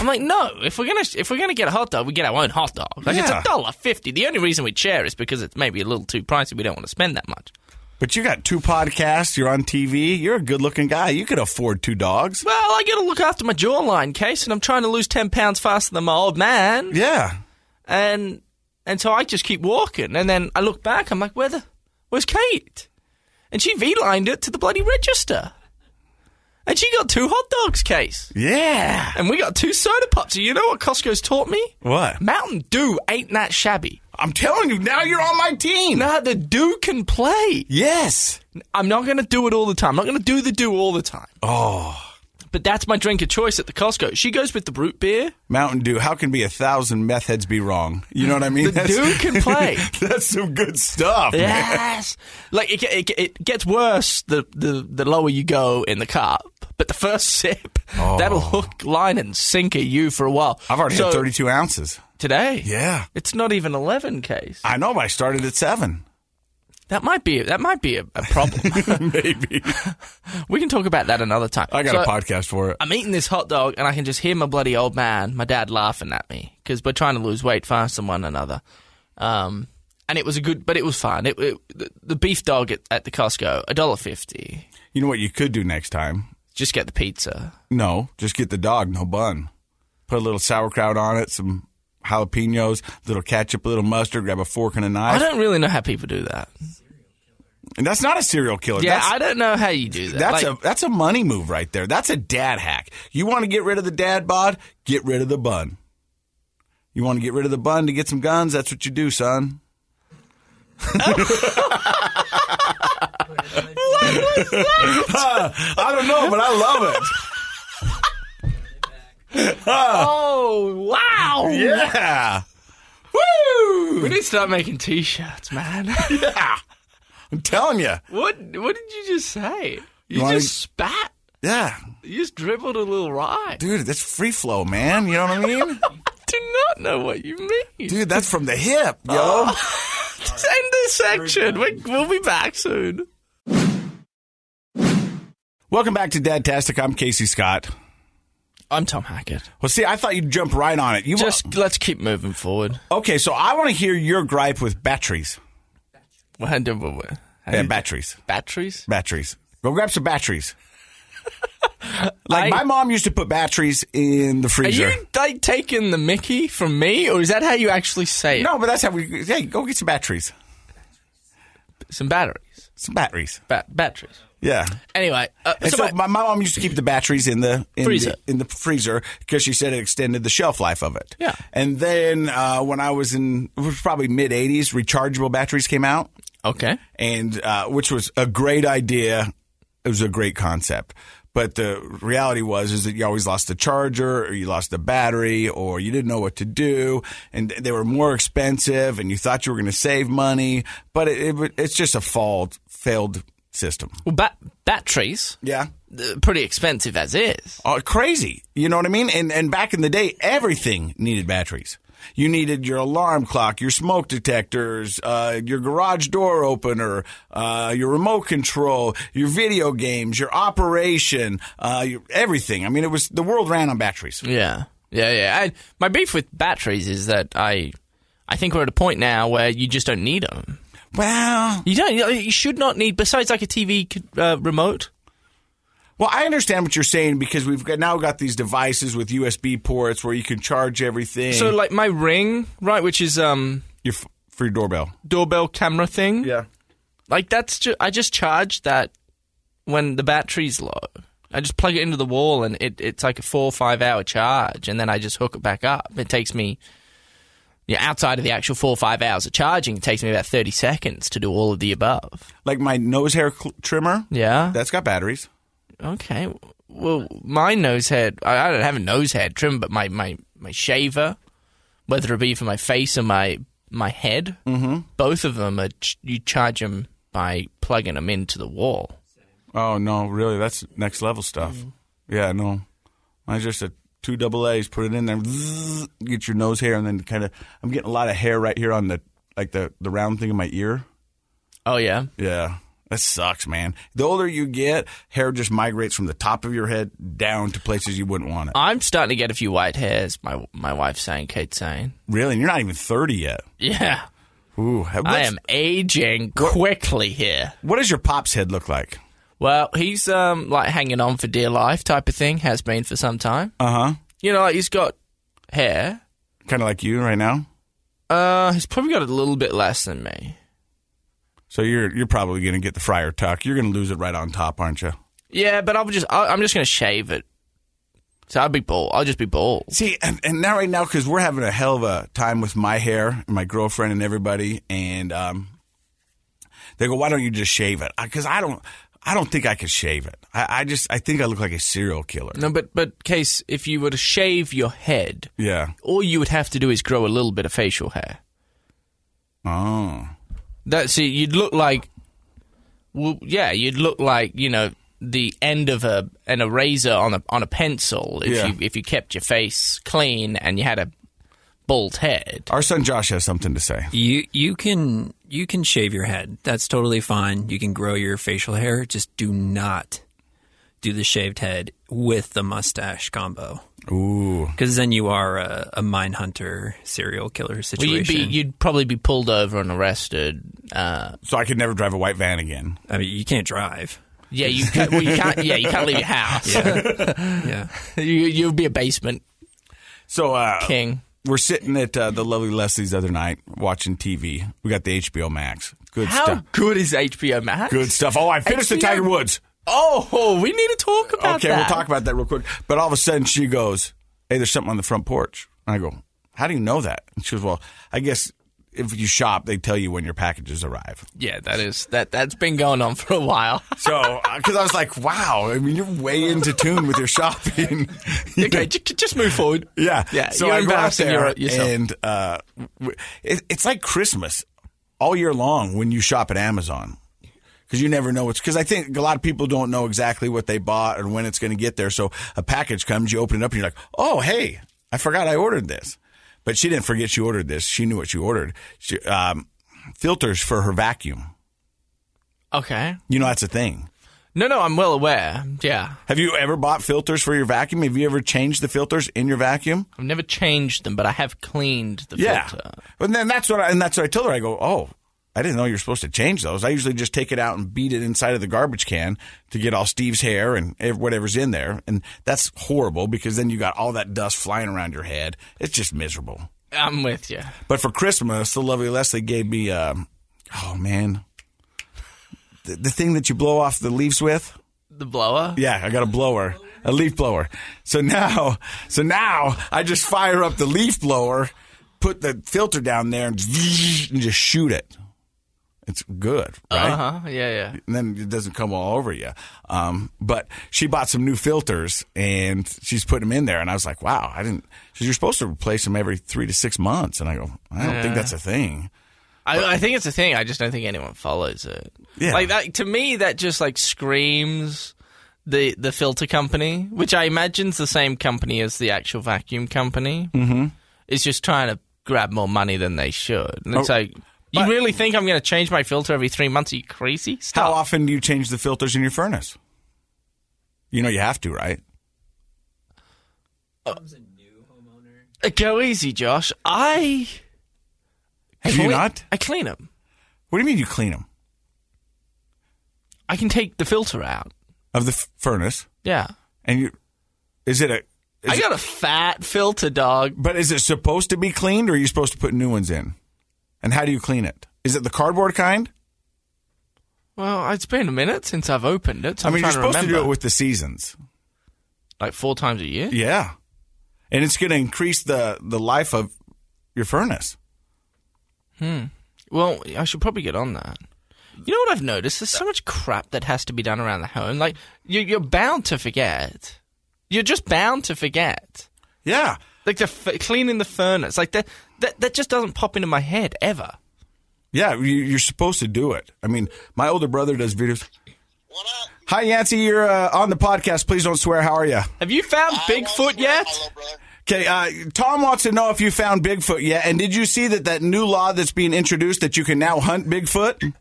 Speaker 2: I'm like, no. If we're gonna if we're gonna get a hot dog, we get our own hot dog. Like it's
Speaker 1: Yeah.
Speaker 2: a dollar fifty. The only reason we share is because it's maybe a little too pricey. We don't want to spend that much.
Speaker 1: But you got two podcasts. You're on TV. You're a good-looking guy. You could afford two dogs.
Speaker 2: Well, I gotta look after my jawline, case, and I'm trying to lose ten pounds faster than my old man.
Speaker 1: Yeah.
Speaker 2: and and so I just keep walking, and then I look back. I'm like, where the where's Kate? And she V-lined it to the bloody register, and she got two hot dogs, case,
Speaker 1: Yeah.
Speaker 2: and we got two soda pops. And you know what Costco's taught me?
Speaker 1: What?
Speaker 2: Mountain Dew ain't that shabby.
Speaker 1: I'm telling you, now you're on my team.
Speaker 2: Nah, the Dew can play.
Speaker 1: Yes.
Speaker 2: I'm not gonna do it all the time. I'm not gonna do the Dew all the time. Oh. But that's my drink of choice at the Costco. She goes with the root beer.
Speaker 1: Mountain Dew. How can be a thousand meth heads be wrong? You know what I mean?
Speaker 2: The Dew can play.
Speaker 1: That's some good stuff. man.
Speaker 2: Yes. like it, it, it gets worse the, the, the lower you go in the cup. But the first sip, that'll hook, line, and sinker you for a while.
Speaker 1: Oh. I've already
Speaker 2: So,
Speaker 1: had 32 ounces.
Speaker 2: today.
Speaker 1: Yeah.
Speaker 2: It's not even eleven case.
Speaker 1: I know. But I started at seven.
Speaker 2: That might be that might be a, a problem.
Speaker 1: Maybe.
Speaker 2: we can talk about that another time.
Speaker 1: I got
Speaker 2: So,
Speaker 1: a podcast for it.
Speaker 2: I'm eating this hot dog and I can just hear my bloody old man, my dad, laughing at me because we're trying to lose weight faster than one another. Um, and it was a good, but it was fun. It, it the, the beef dog at, at the Costco, a dollar fifty.
Speaker 1: You know what you could do next time?
Speaker 2: Just get the pizza.
Speaker 1: No, just get the dog, no bun. Put a little sauerkraut on it, some jalapenos, little ketchup, a little mustard, grab a fork and a
Speaker 2: I
Speaker 1: knife.
Speaker 2: don't really know how people do that.
Speaker 1: And that's not a serial killer.
Speaker 2: Yeah,
Speaker 1: that's,
Speaker 2: I don't know how you do that.
Speaker 1: that's
Speaker 2: Like,
Speaker 1: a that's a money move right there. That's a dad hack. You want to get rid of the dad bod? Get rid of the bun. You want to get rid of the bun to get some guns? That's what you do, son. I don't know, but I love it.
Speaker 2: oh wow!
Speaker 1: Yeah.
Speaker 2: We need to start making t-shirts, man. yeah.
Speaker 1: I'm telling you.
Speaker 2: What What did you just say? You,
Speaker 1: You wanna-
Speaker 2: just spat.
Speaker 1: Yeah.
Speaker 2: You just dribbled a little rye.
Speaker 1: Dude, that's free flow, man. You know what I mean?
Speaker 2: I do not know what you mean.
Speaker 1: Dude, that's from the hip, yo.
Speaker 2: Let's end this section. We, we'll be back soon.
Speaker 1: Welcome back to Dadtastic. I'm Casey Scott.
Speaker 2: I'm Tom Hackett.
Speaker 1: Well, see, I thought you'd jump right on it. You
Speaker 2: Just let's keep moving forward.
Speaker 1: okay? So I want to hear your gripe with batteries.
Speaker 2: We're doing what-
Speaker 1: Yeah, batteries,
Speaker 2: batteries.
Speaker 1: batteries. Go grab some batteries. Like
Speaker 2: I-
Speaker 1: my mom used to put batteries in the
Speaker 2: Are
Speaker 1: freezer.
Speaker 2: you like taking the Mickey from me, or is that how you actually say it?
Speaker 1: No, but that's how we. Hey, go get some batteries.
Speaker 2: Some batteries,
Speaker 1: Some batteries.
Speaker 2: ba- batteries.
Speaker 1: Yeah.
Speaker 2: Anyway, uh,
Speaker 1: And
Speaker 2: so
Speaker 1: so
Speaker 2: my-
Speaker 1: my, my mom used to keep the batteries in the in
Speaker 2: Freezer.
Speaker 1: the, in the freezer because she said it extended the shelf life of it.
Speaker 2: Yeah.
Speaker 1: And then uh, when I was in, it was probably mid '80s, rechargeable batteries came out.
Speaker 2: okay.
Speaker 1: and uh, which was a great idea. It was a great concept, but the reality was is that you always lost the charger, or you lost the battery, or you didn't know what to do, and they were more expensive, and you thought you were going to save money, but it, it, it's just a fault, failed system.
Speaker 2: Well, ba- batteries,
Speaker 1: Yeah.
Speaker 2: uh, pretty expensive as is.
Speaker 1: Uh, crazy. You know what I mean? And and back in the day, everything needed batteries. You needed your alarm clock, your smoke detectors, uh, your garage door opener, uh, your remote control, your video games, your operation, uh, your, everything. I mean, it was the world ran on batteries.
Speaker 2: Yeah, yeah, yeah. I, my beef with batteries is that I, I think we're at a point now where you just don't need them.
Speaker 1: Well,
Speaker 2: You don't. You should not need. Besides, like a TV c- uh, remote.
Speaker 1: well, I understand what you're saying because we've got, now got these devices with USB ports where you can charge everything.
Speaker 2: So, like my ring, right, which is um
Speaker 1: your f- for your doorbell.
Speaker 2: doorbell camera thing. Like that's just I just charge that when the battery's low. I just plug it into the wall and it, it's like a four or five hour charge and then I just hook it back up. It takes me yeah, outside of the actual four or five hours of charging, it takes me about thirty seconds to do all of the above.
Speaker 1: Like my nose hair cl- trimmer.
Speaker 2: Yeah.
Speaker 1: That's got batteries.
Speaker 2: okay. Well my nose hair I, I don't have a nose hair trim, but my, my, my shaver, whether it be for my face or my my head, mm-hmm. both of them are ch- you charge them by plugging them into the wall.
Speaker 1: Oh no, really? That's next level stuff. Yeah, no. I just a two double A's, put it in there, zzz, get your nose hair, and then kind of. I'm getting a lot of hair right here on the like the the round thing in my ear.
Speaker 2: Oh yeah.
Speaker 1: Yeah, That sucks, man. The older you get, hair just migrates from the top of your head down to places you wouldn't want it.
Speaker 2: I'm starting to get a few white hairs. My my wife's saying, Kate's saying,
Speaker 1: Really? And you're not even 30 yet.
Speaker 2: yeah,
Speaker 1: Ooh. what's-
Speaker 2: I am aging quickly here.
Speaker 1: What does your pop's head look like?
Speaker 2: Well, he's um like hanging on for dear life type of thing. Has been for some time.
Speaker 1: Uh huh.
Speaker 2: You know, like he's got hair.
Speaker 1: Kind of like you right now.
Speaker 2: Uh, he's probably got a little bit less than me.
Speaker 1: So you're you're probably going to get the fryer tuck. You're going to lose it right on top, aren't you?
Speaker 2: Yeah, but I'll just I, I'm just gonna shave it. So I'll be bald. I'll just be bald.
Speaker 1: See, and, and now right now because we're having a hell of a time with my hair and my girlfriend and everybody, and um, they go, "Why don't you just shave it?" Because I, don't, I don't think I could shave it. I, I just, I think I look like a serial killer.
Speaker 2: No, but but case if you were to shave your head,
Speaker 1: Yeah.
Speaker 2: all you would have to do is grow a little bit of facial hair.
Speaker 1: Oh.
Speaker 2: That's it. You'd look like, well, yeah, you'd look like you know the end of a an eraser on a on a pencil if
Speaker 1: Yeah.
Speaker 2: you if you kept your face clean and you had a bald head.
Speaker 1: Our son Josh has something to say.
Speaker 4: You you can you can shave your head. That's totally fine. You can grow your facial hair. Just do not do the shaved head with the mustache combo,
Speaker 1: Ooh.
Speaker 4: because then you are a, a mine hunter serial killer
Speaker 2: Well,
Speaker 4: situation.
Speaker 2: you'd be you'd probably be pulled over and arrested. Uh,
Speaker 1: So I could never drive a white van again.
Speaker 4: I mean, you can't drive.
Speaker 2: yeah, you can't, well, you can't. Yeah, you can't leave your house.
Speaker 4: Yeah.
Speaker 2: you you'll be a basement
Speaker 1: So uh,
Speaker 2: king.
Speaker 1: we're sitting at uh, the lovely Leslie's the other night watching TV. We got the HBO Max. Good
Speaker 2: How
Speaker 1: stuff.
Speaker 2: good is HBO Max?
Speaker 1: Good stuff. Oh, I finished the
Speaker 2: HBO
Speaker 1: Tiger Woods.
Speaker 2: Oh, we need to talk about
Speaker 1: okay,
Speaker 2: that.
Speaker 1: we'll talk about that real quick. But all of a sudden, she goes, "Hey, there's something on the front porch." And I go, "How do you know that?" And she goes, "Well, I guess if you shop, they tell you when your packages arrive."
Speaker 2: Yeah, that is that that's been going on for a while.
Speaker 1: So, because I was like, "Wow, I mean, you're way into tune with your shopping."
Speaker 2: okay, j- j- just move forward.
Speaker 1: Yeah,
Speaker 2: yeah.
Speaker 1: So
Speaker 2: you're
Speaker 1: I go out
Speaker 2: embarrassing
Speaker 1: there
Speaker 2: your- yourself.
Speaker 1: And uh, w- it, it's like Christmas all year long when you shop at Amazon. Because you never know what's. Because I think a lot of people don't know exactly what they bought and when it's going to get there. So a package comes, you open it up, and you're like, "Oh, hey, I forgot I ordered this." But she didn't forget she ordered this. She knew what she ordered. She, um, filters for her vacuum.
Speaker 2: okay.
Speaker 1: You know that's a thing.
Speaker 2: No, no, I'm well aware. Yeah,
Speaker 1: Have you ever bought filters for your vacuum? Have you ever changed the filters in your vacuum?
Speaker 2: I've never changed them, but I have cleaned the
Speaker 1: Yeah.
Speaker 2: filter.
Speaker 1: But then that's what I, and that's what I told her. I go, oh, I didn't know you were supposed to change those. I usually just take it out and beat it inside of the garbage can to get all Steve's hair and ev- whatever's in there. And that's horrible because then you got all that dust flying around your head. It's just miserable.
Speaker 2: I'm with you.
Speaker 1: But for Christmas, the lovely Leslie gave me, um, oh man, the, the thing that you blow off the leaves with.
Speaker 2: The blower.
Speaker 1: Yeah, I got a blower, a leaf blower. So now, so now I just fire up the leaf blower, put the filter down there, and just, and just shoot it. It's good, right?
Speaker 2: Uh huh. Yeah, yeah.
Speaker 1: And then it doesn't come all over you. Um, but she bought some new filters and she's putting them in there. And I was like, wow, I didn't. She's you're supposed to replace them every three to six months. And I go, I don't think that's a thing.
Speaker 2: I, I think it's a thing. I just don't think anyone follows it.
Speaker 1: Yeah.
Speaker 2: Like that to me, that just like screams the the filter company, which I imagine's the same company as the actual vacuum company. Mm-hmm. It's just trying to grab more money than they should, and it's
Speaker 1: Oh,
Speaker 2: like. You
Speaker 1: but-
Speaker 2: really think I'm going to change my filter every three months? Are you crazy? Stop.
Speaker 1: How often do you change the filters in your furnace? You know you have to, right?
Speaker 2: Uh, Go easy, Josh. I
Speaker 1: Have you
Speaker 2: clean-
Speaker 1: not?
Speaker 2: I clean them.
Speaker 1: What do you mean you clean them?
Speaker 2: I can take the filter out.
Speaker 1: of the f- furnace,
Speaker 2: Yeah,
Speaker 1: and you is it a is
Speaker 2: I
Speaker 1: it-
Speaker 2: got a fat filter, dog.
Speaker 1: but is it supposed to be cleaned, or are you supposed to put new ones in? And how do you clean it? Is it the cardboard kind?
Speaker 2: Well, it's been a minute since I've opened it. So
Speaker 1: I
Speaker 2: I'm
Speaker 1: mean, you're
Speaker 2: trying
Speaker 1: supposed to,
Speaker 2: remember.
Speaker 1: do it with the seasons,
Speaker 2: like four times a year.
Speaker 1: yeah, and it's going to increase the the life of your furnace.
Speaker 2: Well, I should probably get on that. You know what I've noticed? There's so much crap that has to be done around the home. Like you're, you're bound to forget. You're just bound to forget.
Speaker 1: Yeah,
Speaker 2: Like the f- cleaning the furnace. Like that, that that just doesn't pop into my head ever.
Speaker 1: yeah, you, you're supposed to do it. I mean, my older brother does videos.
Speaker 5: What up?
Speaker 1: Hi, Yancy, you're uh, on the podcast. Please don't swear. How are you?
Speaker 2: Have you found
Speaker 5: I
Speaker 2: Bigfoot
Speaker 5: won't swear,
Speaker 2: yet?
Speaker 5: my little brother.
Speaker 1: Okay, uh, Tom wants to know if you found Bigfoot yet, and did you see that that new law that's being introduced that you can now hunt Bigfoot?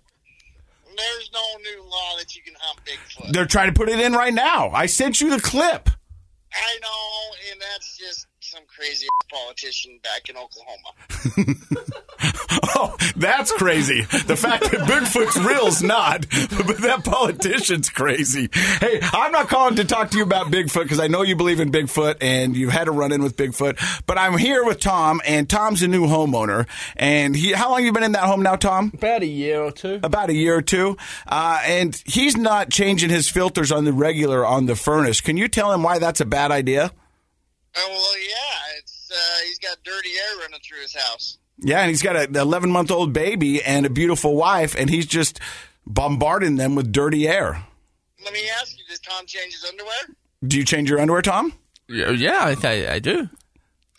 Speaker 6: there's no new law that you can hunt Bigfoot.
Speaker 1: They're trying to put it in right now. I sent you the clip.
Speaker 6: I know, and that's just some crazy politician back in Oklahoma.
Speaker 1: Oh, that's crazy. The fact that Bigfoot's real's not, but that politician's crazy. Hey, I'm not calling to talk to you about Bigfoot because I know you believe in Bigfoot and you've had a run in with Bigfoot. But I'm here with Tom, and Tom's a new homeowner. And he, how long you been in that home now, Tom?
Speaker 2: About a year or two.
Speaker 1: About a year or two. Uh, and he's not changing his filters on the regular on the furnace. Can you tell him why that's a bad idea?
Speaker 6: Oh well, yeah, it's uh, he's got dirty air running through his house.
Speaker 1: Yeah, and he's got an 11 month old baby and a beautiful wife, and he's just bombarding them with dirty air.
Speaker 6: Let me ask you: Does Tom change his underwear?
Speaker 1: Do you change your underwear, Tom?
Speaker 2: Yeah, yeah I, th- I do.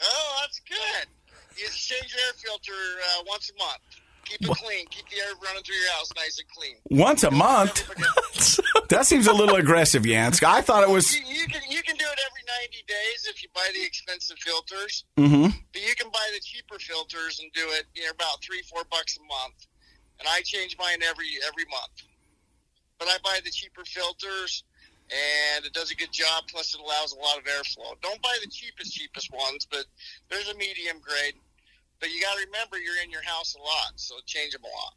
Speaker 6: Oh, that's good. You change your air filter uh, once a month. Keep it clean. Keep the air running through your house nice and clean.
Speaker 1: Once a month? That seems a little aggressive, Yansk. I thought it was.
Speaker 6: You, you can you can do it every ninety days if you buy the expensive filters.
Speaker 1: Mhm.
Speaker 6: But you can buy the cheaper filters and do it you know, about three four bucks a month. And I change mine every every month. But I buy the cheaper filters, and it does a good job. Plus, it allows a lot of airflow. Don't buy the cheapest cheapest ones, but there's a medium grade. But you got to remember you're in your house a lot, so change them a lot.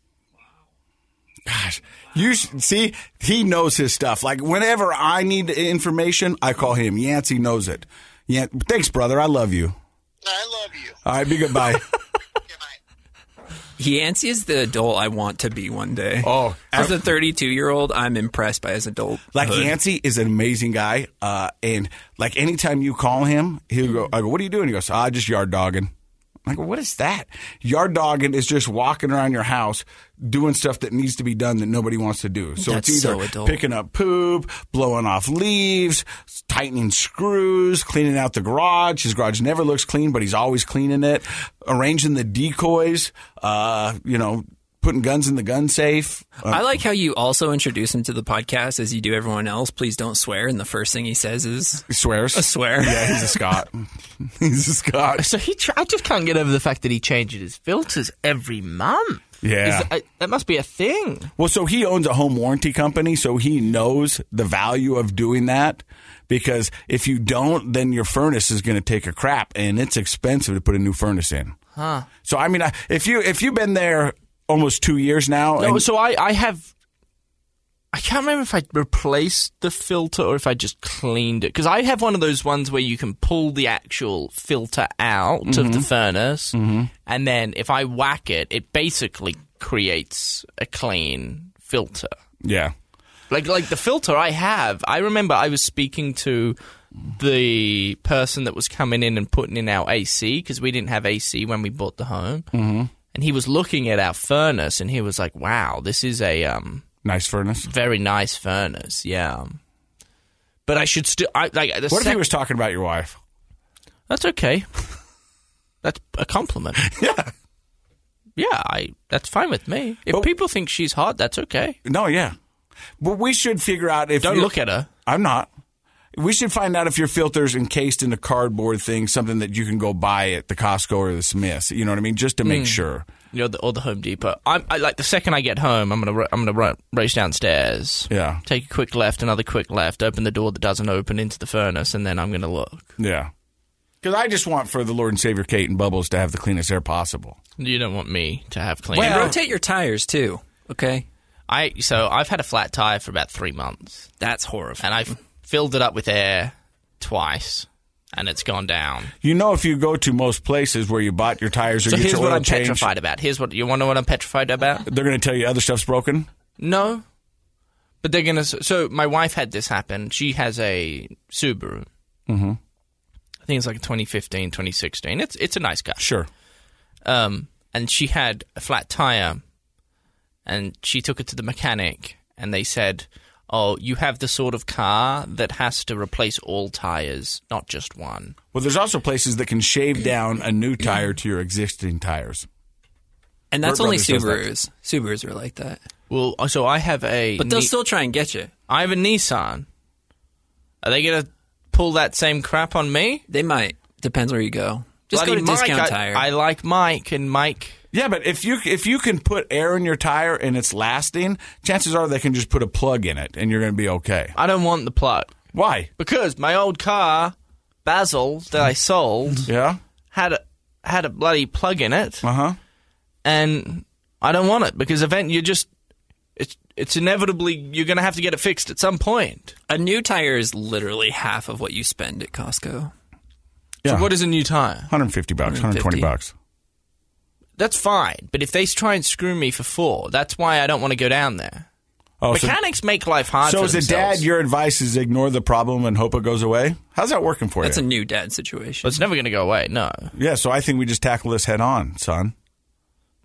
Speaker 1: Gosh, you sh- see, he knows his stuff. Like whenever I need information, I call him. Yancey knows it. Yeah, thanks, brother. I love you.
Speaker 6: I love you.
Speaker 1: All right, be goodbye.
Speaker 6: Goodbye.
Speaker 4: Yancey is the adult I want to be one day.
Speaker 1: Oh,
Speaker 4: as a 32 year old, I'm impressed by his adult.
Speaker 1: like Yancey is an amazing guy, uh, and like anytime you call him, he'll go. I go, what are you doing? He goes, ah, just yard dogging. I go, what is that? Yard dogging is just walking around your house doing stuff that needs to be done that nobody wants to do. So
Speaker 4: That's
Speaker 1: it's either
Speaker 4: so adult.
Speaker 1: picking up poop, blowing off leaves, tightening screws, cleaning out the garage. His garage never looks clean, but he's always cleaning it. Arranging the decoys, uh, you know, putting guns in the gun safe. Uh,
Speaker 4: I like how you also introduce him to the podcast as you do everyone else. Please don't swear. And the first thing he says is
Speaker 1: he swears.
Speaker 4: a swear.
Speaker 1: Yeah, he's a Scot. he's a Scot.
Speaker 2: So he, tr- I just can't get over the fact that he changes his filters every month.
Speaker 1: Yeah.
Speaker 2: Is that, that must be a thing.
Speaker 1: Well, so he owns a home warranty company, so he knows the value of doing that because if you don't, then your furnace is going to take a crap and it's expensive to put a new furnace in. Huh. So I mean, I- if you if you've been there almost 2 years now
Speaker 2: No,
Speaker 1: and-
Speaker 2: so I, I have. I can't remember if I replaced the filter or if I just cleaned it because I have one of those ones where you can pull the actual filter out of the furnace, and then if I whack it, it basically creates a clean filter.
Speaker 1: yeah.
Speaker 2: Like like the filter I have, I remember I was speaking to the person that was coming in and putting in our AC because we didn't have AC when we bought the home, mm-hmm. and he was looking at our furnace and he was like, "Wow, this is a um,
Speaker 1: Nice furnace.
Speaker 2: very nice furnace." Yeah, um, but I should still. I like the
Speaker 1: What if
Speaker 2: sec-
Speaker 1: he was talking about your wife?
Speaker 2: That's okay. that's a compliment.
Speaker 1: Yeah.
Speaker 2: Yeah, I. That's fine with me. If
Speaker 1: But-
Speaker 2: people think she's hot, that's okay.
Speaker 1: No, yeah. But we should figure out if
Speaker 2: Don't
Speaker 1: you-
Speaker 2: look at her.
Speaker 1: I'm not. We should find out if your filter's encased in a cardboard thing, something that you can go buy at the Costco or the Smiths. You know what I mean? Just to
Speaker 2: Hmm.
Speaker 1: make sure.
Speaker 2: you know, the, or the Home Depot. I'm I, like the second I get home, I'm gonna ru- I'm gonna run, race downstairs.
Speaker 1: Yeah.
Speaker 2: Take a quick left, another quick left, open the door that doesn't open into the furnace, and then I'm gonna look.
Speaker 1: Yeah. Because I just want for the Lord and Savior Kate and Bubbles to have the cleanest air possible.
Speaker 2: You don't want me to have clean.
Speaker 4: And rotate your tires too. Okay.
Speaker 2: I so I've had a flat tire for about three months,
Speaker 4: That's horrifying.
Speaker 2: and I've filled it up with air twice, and it's gone down.
Speaker 1: You know, if you go to most places where you bought your tires or
Speaker 2: So
Speaker 1: get
Speaker 2: here's
Speaker 1: your
Speaker 2: what
Speaker 1: oil
Speaker 2: I'm
Speaker 1: changed,
Speaker 2: petrified about. Here's what you want to know what I'm petrified about.
Speaker 1: they're going to tell you other stuff's broken.
Speaker 2: No. But they're gonna. So my wife had this happen. She has a Subaru. Mm-hmm. I think it's like a 2015, 2016. It's it's a nice car.
Speaker 1: Sure.
Speaker 2: Um, and she had a flat tire, and she took it to the mechanic, and they said, "Oh, you have the sort of car that has to replace all tires, not just one."
Speaker 1: Well, there's also places that can shave down a new tire to your existing tires.
Speaker 4: and that's
Speaker 1: Burt
Speaker 4: only
Speaker 1: Brothers
Speaker 4: Subarus. Subarus are like that.
Speaker 2: Well, uh, so I have a.
Speaker 4: But they'll
Speaker 2: Ni-
Speaker 4: still try and get you.
Speaker 2: I have a Nissan. Are they gonna pull that same crap on me?
Speaker 4: They might. Depends where you go. Just
Speaker 2: Bloody
Speaker 4: go to
Speaker 2: Mike,
Speaker 4: discount
Speaker 2: I,
Speaker 4: tire.
Speaker 2: I like Mike, and Mike
Speaker 1: Yeah, but if you if you can put air in your tire and it's lasting, chances are they can just put a plug in it and you're going to be okay.
Speaker 2: I don't want the plug
Speaker 1: Why?
Speaker 2: because my old car, Basil, that I sold,
Speaker 1: Yeah.
Speaker 2: had a had a bloody plug in it,
Speaker 1: Uh huh.
Speaker 2: and I don't want it because event you just it's it's inevitably you're going to have to get it fixed at some point.
Speaker 4: A new tire is literally half of what you spend at Costco.
Speaker 1: Yeah.
Speaker 2: What is a new tire?
Speaker 1: 150 bucks, 120 bucks.
Speaker 2: That's fine, but if they try and screw me for four, that's why I don't want to go down there.
Speaker 1: Oh, so,
Speaker 2: Mechanics make life hard.
Speaker 1: so
Speaker 2: for
Speaker 1: as a
Speaker 2: themselves.
Speaker 1: dad, your advice is ignore the problem and hope it goes away. How's that working for
Speaker 4: That's
Speaker 1: you?
Speaker 4: a new dad situation.
Speaker 2: But it's never going to go away. No,
Speaker 1: yeah, so I think we just tackle this head on, son.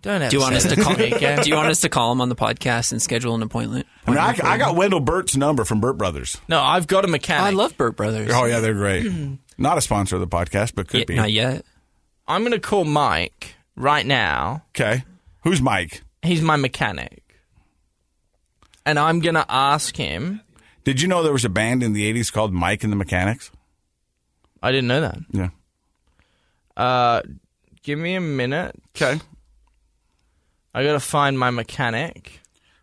Speaker 2: don't ever
Speaker 4: do you want us
Speaker 2: say
Speaker 4: to
Speaker 2: that
Speaker 4: call?
Speaker 2: me again.
Speaker 4: do you want us to call him on the podcast and schedule an appointment?
Speaker 1: I mean, I, I got Wendell Burt's number from Burt Brothers.
Speaker 2: No, I've got a mechanic.
Speaker 4: I love Burt Brothers.
Speaker 1: Oh yeah, they're great. Not a sponsor of the podcast, but could
Speaker 4: Yeah,
Speaker 1: be.
Speaker 4: Not yet.
Speaker 2: I'm going to call Mike right now.
Speaker 1: Okay. Who's Mike?
Speaker 2: He's my mechanic. And I'm going to ask him.
Speaker 1: Did you know there was a band in the 80s called Mike and the Mechanics?
Speaker 2: I didn't know that.
Speaker 1: Yeah.
Speaker 2: Uh, give me a minute.
Speaker 1: Okay.
Speaker 2: I got to find my mechanic.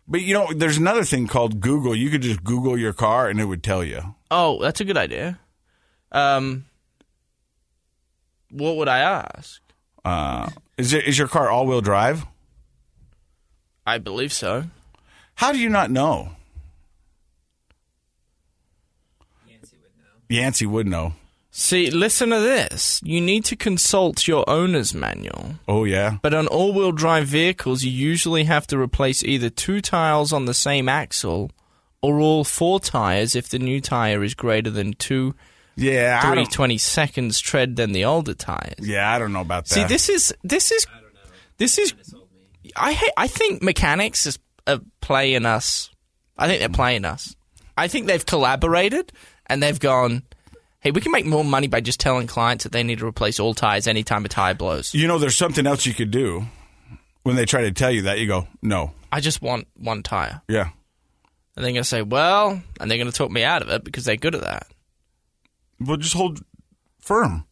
Speaker 1: But you know, there's another thing called Google. You could just Google your car and it would tell you.
Speaker 2: Oh, that's a good idea. Um, what would I ask?
Speaker 1: Uh, is, it, is your car all wheel drive?
Speaker 2: I believe so.
Speaker 1: How do you not know? Yancey would know.
Speaker 2: See, listen to this. You need to consult your owner's manual.
Speaker 1: Oh, yeah.
Speaker 2: But on all wheel drive vehicles, you usually have to replace either two tires on the same axle or all four tires if the new tire is greater than two
Speaker 1: Yeah. I
Speaker 2: three
Speaker 1: don't,
Speaker 2: twenty seconds tread than the older tires.
Speaker 1: yeah, I don't know about that.
Speaker 2: See, this is this is this is I hate, I think mechanics is uh, playing us. I think they're playing us. I think they've collaborated and they've gone. Hey, we can make more money by just telling clients that they need to replace all tires anytime a tire blows.
Speaker 1: you know, there's something else you could do. When they try to tell you that, you go, no.
Speaker 2: I just want one tire.
Speaker 1: Yeah.
Speaker 2: And they're going to say, well, and they're going to talk me out of it because they're good at that.
Speaker 1: Well, just hold firm.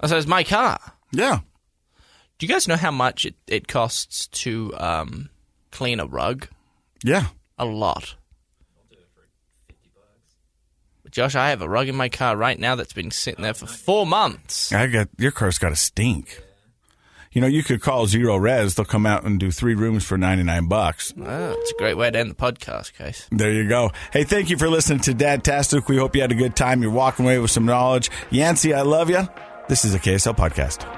Speaker 2: I said, it's my car.
Speaker 1: Yeah.
Speaker 2: Do you guys know how much it, it costs to um, clean a rug?
Speaker 1: Yeah.
Speaker 2: A lot. But Josh, I have a rug in my car right now that's been sitting there for four months.
Speaker 1: I got your car's got to stink. You know, you could call Zero Res; they'll come out and do three rooms for ninety nine bucks.
Speaker 2: Oh, it's a great way to end the podcast, Case.
Speaker 1: There you go. Hey, thank you for listening to Dad Tastic. We hope you had a good time. You're walking away with some knowledge. Yancey, I love you. This is a KSL podcast.